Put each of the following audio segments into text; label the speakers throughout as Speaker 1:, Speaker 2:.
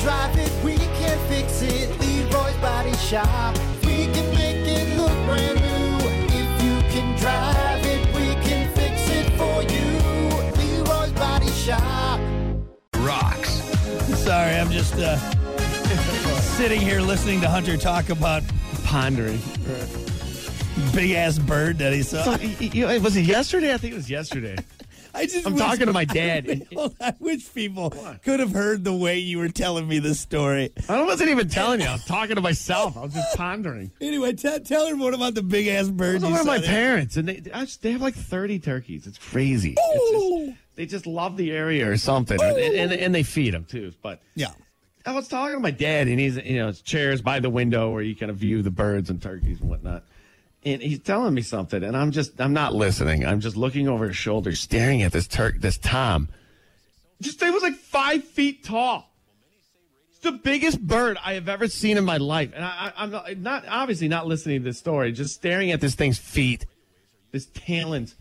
Speaker 1: drive it, we can fix it. Leroy's Body Shop. We can make it look brand new. If you can drive it, we can fix it for you. Leroy's Body Shop.
Speaker 2: Rocks. Sorry, I'm just uh, sitting here listening to Hunter talk about
Speaker 3: Pondering.
Speaker 2: big ass bird that he saw.
Speaker 3: So, y- y- you know, was it yesterday? I think it was yesterday.
Speaker 2: I just
Speaker 3: I'm
Speaker 2: wish-
Speaker 3: talking to my dad.
Speaker 2: Well, I wish people could have heard the way you were telling me this story.
Speaker 3: I wasn't even telling you. I was talking to myself. I was just pondering.
Speaker 2: Anyway, t- tell her what about the big ass
Speaker 3: I
Speaker 2: bird
Speaker 3: was
Speaker 2: you
Speaker 3: over at
Speaker 2: saw
Speaker 3: my
Speaker 2: there.
Speaker 3: parents, and they I just, they have like 30 turkeys. It's crazy. It's just-
Speaker 2: Ooh.
Speaker 3: they just love the area or something, and, and, and they feed them too. But
Speaker 2: Yeah.
Speaker 3: I was talking to my dad, and he's you know it's chairs by the window where you kind of view the birds and turkeys and whatnot. And he's telling me something, and I'm just I'm not listening. I'm just looking over his shoulder, staring at this turk, this tom. This thing was like five feet tall. It's the biggest bird I have ever seen in my life, and I, I, I'm not, not obviously not listening to this story. Just staring at this thing's feet, this talons,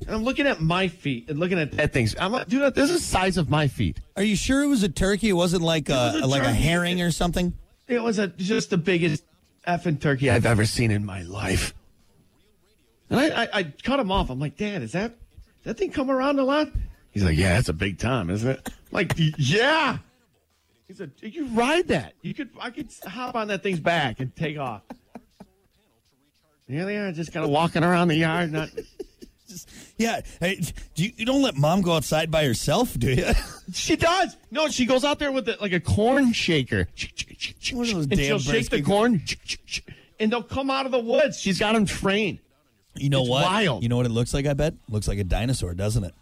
Speaker 3: and I'm looking at my feet and looking at that thing's. I'm like, dude, this is the size of my feet.
Speaker 2: Are you sure it was a turkey? It wasn't like a,
Speaker 3: was a
Speaker 2: like a
Speaker 3: turkey.
Speaker 2: herring or something.
Speaker 3: It was a, just the biggest effing turkey I've ever seen in my life. And I, I, I cut him off. I'm like, Dad, is that that thing come around a lot? He's like, Yeah, that's a big time, isn't it? I'm like, "Y- yeah. He's like, You could ride that. You could I could hop on that thing's back and take off. Here they are, just kind of walking around the yard. Not,
Speaker 2: Yeah. Hey, do you, you don't let mom go outside by herself, do you?
Speaker 3: she does. No, she goes out there with the, like a corn shaker.
Speaker 2: One of those
Speaker 3: and
Speaker 2: damn
Speaker 3: she'll shake
Speaker 2: birds
Speaker 3: the
Speaker 2: keep-
Speaker 3: corn, and they'll come out of the woods. She's got them trained.
Speaker 2: You know
Speaker 3: It's
Speaker 2: what?
Speaker 3: wild.
Speaker 2: You know what it looks like? I bet looks like a dinosaur, doesn't it?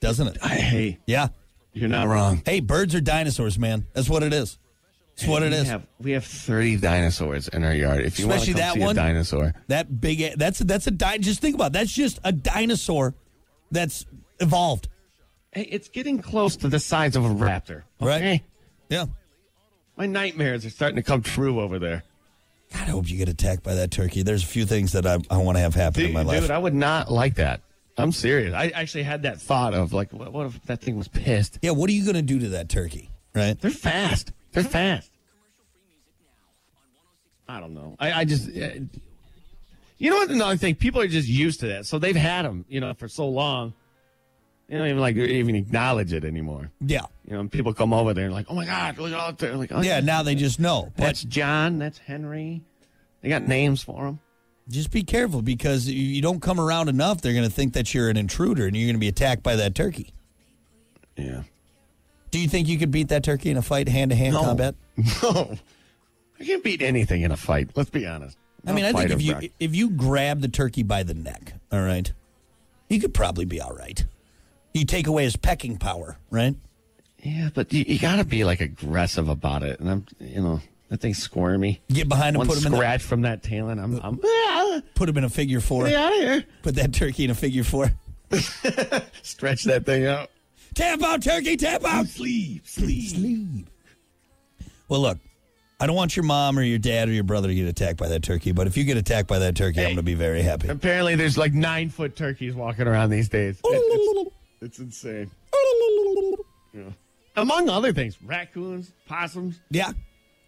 Speaker 2: Doesn't it?
Speaker 3: I, hey,
Speaker 2: Yeah.
Speaker 3: you're not wrong.
Speaker 2: Hey, birds are dinosaurs, man. That's what it is. That's what it
Speaker 3: we
Speaker 2: is.
Speaker 3: Have, we have 30 dinosaurs in our yard. If you
Speaker 2: Especially
Speaker 3: want to
Speaker 2: that
Speaker 3: see
Speaker 2: one.
Speaker 3: a dinosaur,
Speaker 2: That big. a- That's that's a di- Just think about. It. That's just a dinosaur that's evolved.
Speaker 3: hey, it's getting close to the size of a raptor.
Speaker 2: Right.
Speaker 3: okay?
Speaker 2: Yeah.
Speaker 3: My nightmares are starting to come true over there.
Speaker 2: God, I hope you get attacked by that turkey. There's a few things that I, I want to have happen in
Speaker 3: Dude,
Speaker 2: my life.
Speaker 3: dude, I would not like that. I'm serious. I actually had that thought of like, what, what if that thing was pissed?
Speaker 2: yeah. What are you going to do to that turkey? Right.
Speaker 3: They're fast. They're fast. I don't know. I, I just. uh, you know what? Another thing, people are just used to that, so they've had them, you know, for so long. They don't even like even acknowledge it anymore.
Speaker 2: Yeah.
Speaker 3: You know, and people come over there and like, oh my god, look at all the like, oh,
Speaker 2: Yeah. Now they just know. But
Speaker 3: that's John, that's Henry. They got names for them.
Speaker 2: just be careful because you you don't come around enough, they're going to think that you're an intruder and you're going to be attacked by that turkey.
Speaker 3: Yeah.
Speaker 2: Do you think you could beat that turkey in a fight, hand to hand
Speaker 3: No.
Speaker 2: combat?
Speaker 3: No, Oh. I can't beat anything in a fight. Let's be honest.
Speaker 2: I mean, I
Speaker 3: I'm a
Speaker 2: think if
Speaker 3: fighter,
Speaker 2: you
Speaker 3: Brock.
Speaker 2: if you grab the turkey by the neck, all right, you could probably be all right. You take away his pecking power, right?
Speaker 3: Yeah, but you, you got to be like aggressive about it, and I'm, you know, that thing's squirmy.
Speaker 2: Get behind him,
Speaker 3: One
Speaker 2: put him in the,
Speaker 3: scratch from that tail, and I'm, I'm ah,
Speaker 2: put him in a figure four.
Speaker 3: get out of here.
Speaker 2: Put that turkey in a figure four.
Speaker 3: Stretch that thing out.
Speaker 2: Tap out, turkey, tap out.
Speaker 3: Sleep, sleep.
Speaker 2: Sleep. Well, look, I don't want your mom or your dad or your brother to get attacked by that turkey, but if you get attacked by that turkey, I'm
Speaker 3: Hey.
Speaker 2: going to be very happy.
Speaker 3: Apparently, there's like nine foot turkeys walking around these days.
Speaker 2: Oh.
Speaker 3: It- it's, it's insane. Yeah. Among other things, raccoons, possums,
Speaker 2: Yeah.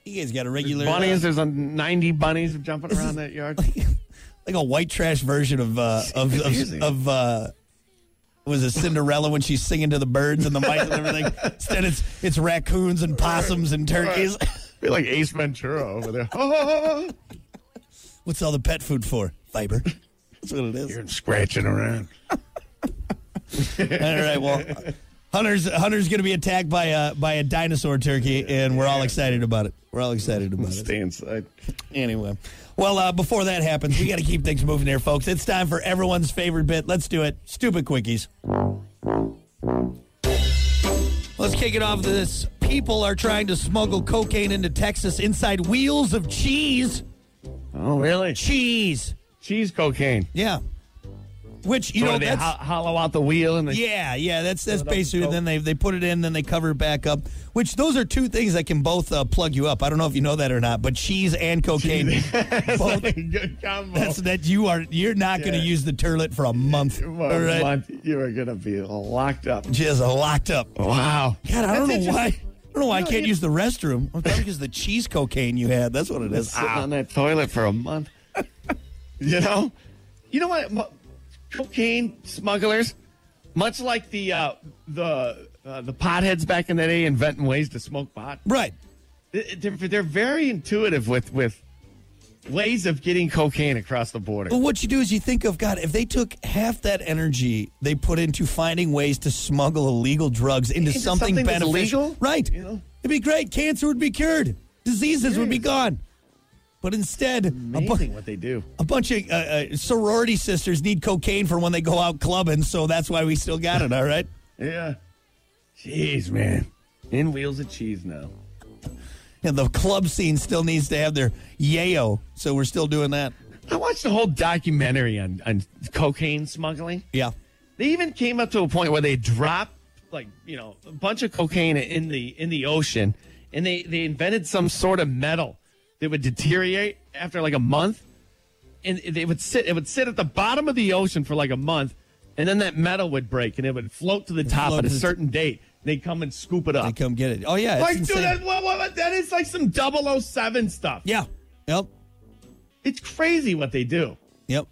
Speaker 2: You guys got a regular
Speaker 3: bunnies.
Speaker 2: uh,
Speaker 3: There's a 90 bunnies jumping around that yard.
Speaker 2: like a white trash version of uh of of,
Speaker 3: confusing.
Speaker 2: of uh was it Cinderella when she's singing to the birds and the mice and everything? Instead, it's it's raccoons and possums and turkeys.
Speaker 3: Be like Ace Ventura over there. Oh,
Speaker 2: What's all the pet food for? Fiber. That's what it is.
Speaker 3: scratching around.
Speaker 2: All right. Well, Hunter's Hunter's going to be attacked by a by a dinosaur turkey, and we're all excited about it. We're all excited about it.
Speaker 3: Stay inside.
Speaker 2: Anyway, well, uh, before that happens, we got to keep things moving there, folks. It's time for everyone's favorite bit. Let's do it. Stupid quickies. Let's kick it off. This people are trying to smuggle cocaine into Texas inside wheels of cheese.
Speaker 3: Oh, really?
Speaker 2: Cheese.
Speaker 3: Cheese cocaine.
Speaker 2: Yeah. Which you
Speaker 3: You
Speaker 2: know
Speaker 3: they
Speaker 2: that's.
Speaker 3: ho- hollow out the wheel and they
Speaker 2: yeah, yeah, that's that's
Speaker 3: Fill it up with
Speaker 2: basically.
Speaker 3: Coke.
Speaker 2: Then they they put it in, then they cover it back up. Which those are two things that can both uh, plug you up. I don't know if you know that or not, but cheese and cocaine, both
Speaker 3: good combo.
Speaker 2: That's that you are you're not going to
Speaker 3: Yeah.
Speaker 2: use the turlet for a month.
Speaker 3: Well,
Speaker 2: all right.
Speaker 3: Monty, you are gonna be locked up.
Speaker 2: Just locked up.
Speaker 3: Wow.
Speaker 2: God, I don't
Speaker 3: That's
Speaker 2: know why.
Speaker 3: interesting.
Speaker 2: I don't know why
Speaker 3: You
Speaker 2: I
Speaker 3: know,
Speaker 2: can't
Speaker 3: it-
Speaker 2: use the restroom. Well, probably because of the cheese cocaine you had. That's what it is. Ah.
Speaker 3: sitting on that toilet for a month. you know, you know what? Mo- Cocaine smugglers, much like the uh, the uh, the potheads back in the day, inventing ways to smoke pot.
Speaker 2: Right.
Speaker 3: Th- They're, they're very intuitive with with ways of getting cocaine across the border.
Speaker 2: Well, what you do is you think of God. If they took half that energy they put into finding ways to smuggle illegal drugs into
Speaker 3: Into
Speaker 2: something,
Speaker 3: something that's
Speaker 2: beneficial,
Speaker 3: legal,
Speaker 2: right?
Speaker 3: you know?
Speaker 2: It'd be great. Cancer would be cured. Diseases would be gone. But instead, a,
Speaker 3: Amazing
Speaker 2: bu-
Speaker 3: what they do.
Speaker 2: a bunch of uh, uh, sorority sisters need cocaine for when they go out clubbing, so that's why we still got it. All right.
Speaker 3: Yeah. Jeez, man. In wheels of cheese now.
Speaker 2: And the club scene still needs to have their yayo, so we're still doing that.
Speaker 3: I watched a whole documentary on, on cocaine smuggling.
Speaker 2: Yeah.
Speaker 3: They even came up to a point where they dropped like, you know, a bunch of cocaine in the in the ocean and they, they invented some sort of metal that would deteriorate after like a month. And it it would sit it would sit at the bottom of the ocean for like a month and then that metal would break and it would float to the top
Speaker 2: float
Speaker 3: at a
Speaker 2: to the-
Speaker 3: certain date. They'd come and scoop it
Speaker 2: They
Speaker 3: up.
Speaker 2: come get it. Oh yeah. it's
Speaker 3: Like, dude,
Speaker 2: insane.
Speaker 3: that, what, what, that is like some 007 stuff.
Speaker 2: yeah. Yep.
Speaker 3: It's crazy what they do.
Speaker 2: Yep.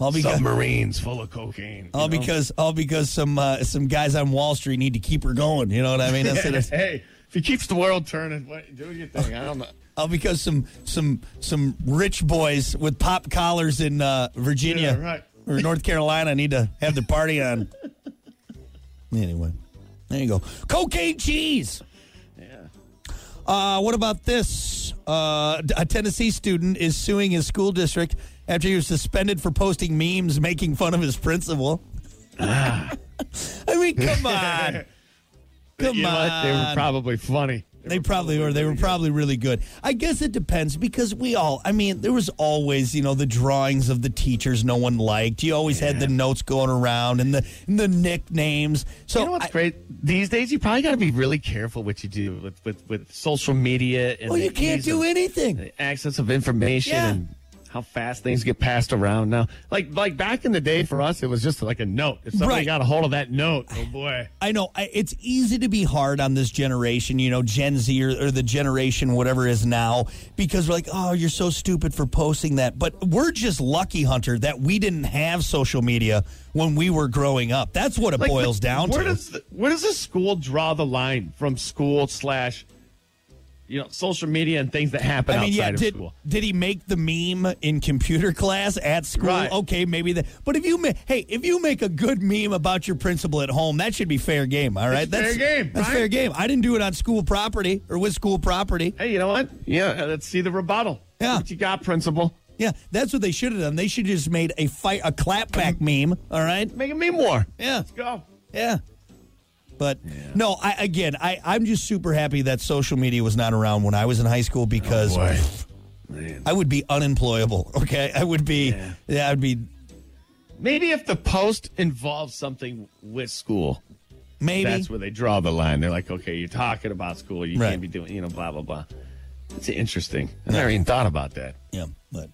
Speaker 2: All because
Speaker 3: Submarines full of cocaine. you
Speaker 2: all
Speaker 3: know?
Speaker 2: because all because some uh, some guys on Wall Street need to keep her going. You know what I mean? That's it. It's-
Speaker 3: hey, if he keeps the world turning, what, do your thing. I don't know.
Speaker 2: All Oh, because some some some rich boys with pop collars in uh, Virginia
Speaker 3: Yeah, right.
Speaker 2: or North Carolina need to have the party on. anyway, there you go. Cocaine cheese.
Speaker 3: Yeah.
Speaker 2: Uh, what about this? Uh, a Tennessee student is suing his school district after he was suspended for posting memes making fun of his principal.
Speaker 3: Ah.
Speaker 2: I mean, come on. Come
Speaker 3: You know what?
Speaker 2: on.
Speaker 3: They were probably funny.
Speaker 2: They probably were. They were probably really good. I guess it depends because we all, I mean, there was always, you know, the drawings of the teachers no one liked. You always had the notes going around and the and the nicknames. So
Speaker 3: You know what's
Speaker 2: I-
Speaker 3: great? These days, you probably got to be really careful what you do with, with, with social media. And
Speaker 2: well,
Speaker 3: the
Speaker 2: you can't
Speaker 3: ease
Speaker 2: do
Speaker 3: of-
Speaker 2: anything.
Speaker 3: the access of information
Speaker 2: Yeah.
Speaker 3: and how fast things get passed around now. Like like back in the day for us, it was just like a note. If somebody
Speaker 2: Right.
Speaker 3: got a hold of that note, oh boy.
Speaker 2: I know I, it's easy to be hard on this generation, you know, Gen Z or, or the generation whatever is now, because we're like, oh, you're so stupid for posting that. But we're just lucky, Hunter, that we didn't have social media when we were growing up. That's what it
Speaker 3: Like,
Speaker 2: boils
Speaker 3: but
Speaker 2: down
Speaker 3: where
Speaker 2: to.
Speaker 3: Does the, where does a school draw the line from school slash, you know, social media and things that happen
Speaker 2: I mean,
Speaker 3: outside
Speaker 2: yeah.
Speaker 3: of
Speaker 2: Did,
Speaker 3: school?
Speaker 2: did he make the meme in computer class at school?
Speaker 3: Right.
Speaker 2: Okay, maybe that. But if you ma- hey, if you make a good meme about your principal at home, that should be fair game. All right,
Speaker 3: It's fair game,
Speaker 2: That's
Speaker 3: right?
Speaker 2: fair game. I didn't do it on school property or with school property.
Speaker 3: Hey, you know what? Yeah, let's see the rebuttal.
Speaker 2: Yeah.
Speaker 3: what you got, principal?
Speaker 2: Yeah, that's what they should have done. They should have just made a fight, a clapback meme. All right.
Speaker 3: Make a meme war.
Speaker 2: Yeah.
Speaker 3: Let's go.
Speaker 2: Yeah. But no, I again, I I'm just super happy that social media was not around when I was in high school because
Speaker 3: Oh, Man.
Speaker 2: I would be unemployable. Okay, I would be. Yeah, I would be.
Speaker 3: Maybe if the post involves something with school,
Speaker 2: Maybe
Speaker 3: that's where they draw the line. They're like, okay, you're talking about school. You
Speaker 2: Right.
Speaker 3: can't be doing, you know, blah, blah, blah. It's interesting. I never even thought about that.
Speaker 2: Yeah, but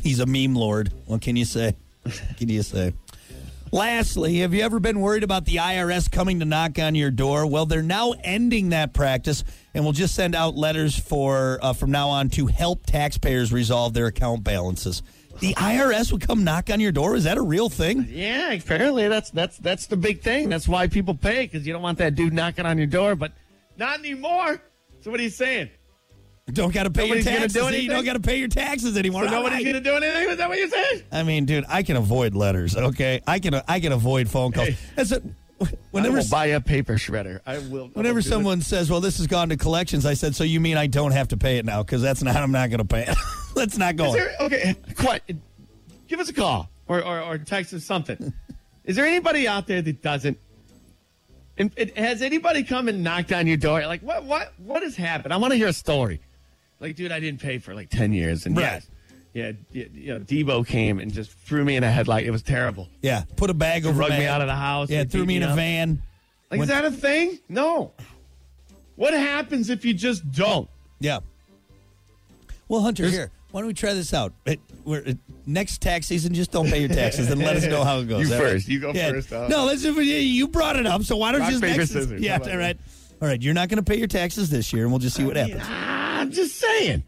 Speaker 2: he's a meme lord. What can you say? What can you say? Lastly, have you ever been worried about the IRS coming to knock on your door? Well, they're now ending that practice and will just send out letters for uh, from now on to help taxpayers resolve their account balances. The IRS would come knock on your door? Is that a real thing?
Speaker 3: Yeah, apparently that's that's that's the big thing. That's why people pay because you don't want that dude knocking on your door. But not anymore. So what are you saying?
Speaker 2: Don't got to pay
Speaker 3: Nobody's
Speaker 2: your
Speaker 3: gonna do
Speaker 2: taxes. you
Speaker 3: anything?
Speaker 2: don't got to pay your taxes anymore.
Speaker 3: So
Speaker 2: All
Speaker 3: nobody's
Speaker 2: right.
Speaker 3: gonna do anything. Is that what you're saying?
Speaker 2: I mean, dude, I can avoid letters. Okay, I can I can avoid phone calls.
Speaker 3: Hey.
Speaker 2: That's a,
Speaker 3: I
Speaker 2: whenever
Speaker 3: will buy a paper shredder. I will.
Speaker 2: Whenever someone says, "Well, this has gone to collections," I said, "So you mean I don't have to pay it now? Because that's not I'm not going to pay it. Let's not go."
Speaker 3: Is there, okay, quite. Give us a call or, or, or text us something. Is there anybody out there that doesn't? And and has anybody come and knocked on your door? Like, what what what has happened? I want to hear a story. Like, dude, I didn't pay for like ten years, and
Speaker 2: Right.
Speaker 3: yes, yeah, yeah, you know, Debo came and just threw me in a headlight. It was terrible.
Speaker 2: Yeah, put a bag over
Speaker 3: Rug
Speaker 2: my
Speaker 3: me
Speaker 2: head.
Speaker 3: out of the house.
Speaker 2: Yeah,
Speaker 3: They
Speaker 2: threw
Speaker 3: beat
Speaker 2: me in a
Speaker 3: up.
Speaker 2: van.
Speaker 3: Like,
Speaker 2: When-
Speaker 3: is that a thing? No. What happens if you just don't?
Speaker 2: Yeah. Well, Hunter,
Speaker 3: There's-
Speaker 2: here. Why don't we try this out? It, we're, it- next tax season, just don't pay your taxes and let us know how it goes.
Speaker 3: You
Speaker 2: All right?
Speaker 3: first. You go first, huh?
Speaker 2: No, let's. You brought it up, so why don't
Speaker 3: Rock,
Speaker 2: you just
Speaker 3: paper,
Speaker 2: next-
Speaker 3: scissors.
Speaker 2: Yeah,
Speaker 3: Come on.
Speaker 2: all right. All right, you're not going to pay your taxes this year, and we'll just see what happens.
Speaker 3: I'm just saying.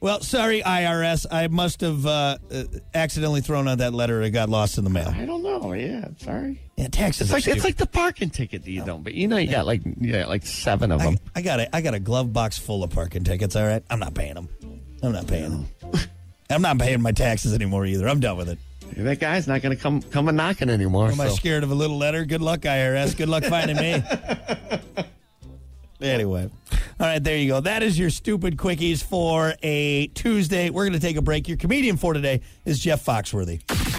Speaker 2: Well, sorry, IRS. I must have uh, uh, accidentally thrown out that letter. It got lost in the mail.
Speaker 3: I don't know. Yeah, sorry.
Speaker 2: Yeah, taxes.
Speaker 3: It's
Speaker 2: are
Speaker 3: like it's
Speaker 2: stupid.
Speaker 3: like the parking ticket that you don't. But you know, you got like yeah, like seven of them.
Speaker 2: I, I got a I got a glove box full of parking tickets. All right, I'm not paying them. I'm not paying them. I'm not paying my taxes anymore either. I'm done with it.
Speaker 3: that guy's not going to come come a knocking anymore.
Speaker 2: Am I
Speaker 3: so.
Speaker 2: scared of a little letter? Good luck, IRS. Good luck finding me. anyway, all right, there you go. That is your stupid quickies for a Tuesday. We're going to take a break. Your comedian for today is Jeff Foxworthy.